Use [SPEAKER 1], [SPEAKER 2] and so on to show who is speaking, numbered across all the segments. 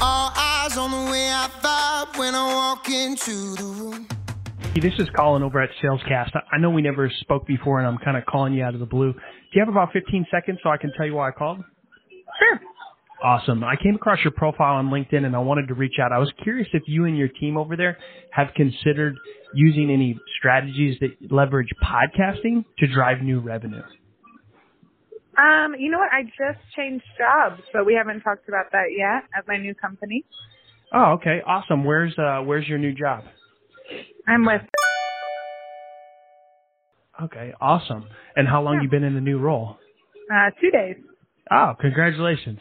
[SPEAKER 1] All eyes on the way I vibe when I walk into the room.
[SPEAKER 2] Hey, This is Colin over at Salescast. I I know we never spoke before, and I'm kind of calling you out of the blue. Do you have about 15 seconds so I can tell you why I called?
[SPEAKER 3] Sure.
[SPEAKER 2] Awesome. I came across your profile on LinkedIn, and I wanted to reach out. I was curious if you and your team over there have considered using any strategies that leverage podcasting to drive new revenue.
[SPEAKER 3] Um, you know what? I just changed jobs, but we haven't talked about that yet at my new company.
[SPEAKER 2] Oh, okay, awesome. Where's uh, where's your new job?
[SPEAKER 3] I'm with
[SPEAKER 2] Okay, awesome. And how long
[SPEAKER 3] Yeah.
[SPEAKER 2] you been in the new role?
[SPEAKER 3] uh, two days.
[SPEAKER 2] Oh, congratulations.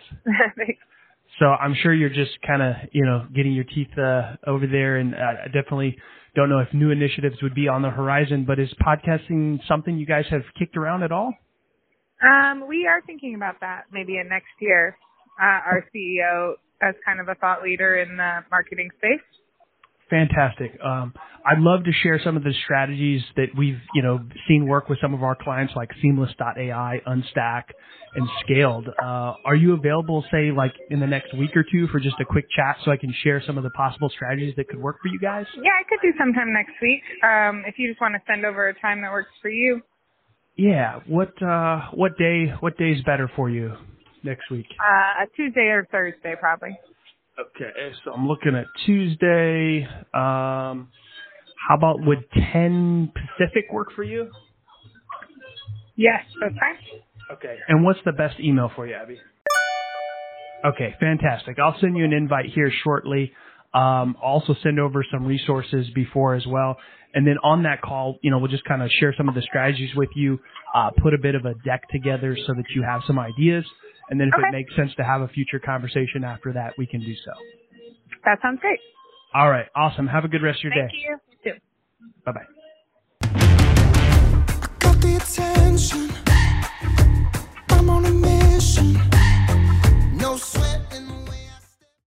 [SPEAKER 2] So I'm sure you're just kind of, you know, getting your teeth uh, over there, and uh, I definitely don't know if new initiatives would be on the horizon. But is podcasting something you guys have kicked around at all?
[SPEAKER 3] um, we are thinking about that maybe in next year. Uh, our CEO as kind of a thought leader in the marketing space.
[SPEAKER 2] Fantastic. Um, I'd love to share some of the strategies that we've, you know, seen work with some of our clients like Seamless.ai, Unstack, and Scaled. Uh, are you available, say, like in the next week or two for just a quick chat so I can share some of the possible strategies that could work for you guys?
[SPEAKER 3] Yeah, I could do sometime next week. Um, if you just want to send over a time that works for you.
[SPEAKER 2] Yeah. What uh, what day what day is better for you next week?
[SPEAKER 3] Uh, a Tuesday or Thursday probably.
[SPEAKER 2] Okay, so I'm looking at Tuesday. Um, how about would 10 Pacific work for you?
[SPEAKER 3] Yes, that's fine.
[SPEAKER 2] Okay. And what's the best email for you, Abby? Okay, fantastic. I'll send you an invite here shortly. Um, I'll also send over some resources before as well. And then on that call, you know, we'll just kind of share some of the strategies with you, uh, put a bit of a deck together so that you have some ideas. And then if
[SPEAKER 3] Okay.
[SPEAKER 2] it makes sense to have a future conversation after that, we can do so.
[SPEAKER 3] That sounds great.
[SPEAKER 2] All right. Awesome. Have a good rest of your
[SPEAKER 3] Thank
[SPEAKER 2] day.
[SPEAKER 3] you. You too.
[SPEAKER 2] Bye bye.
[SPEAKER 1] Got the attention.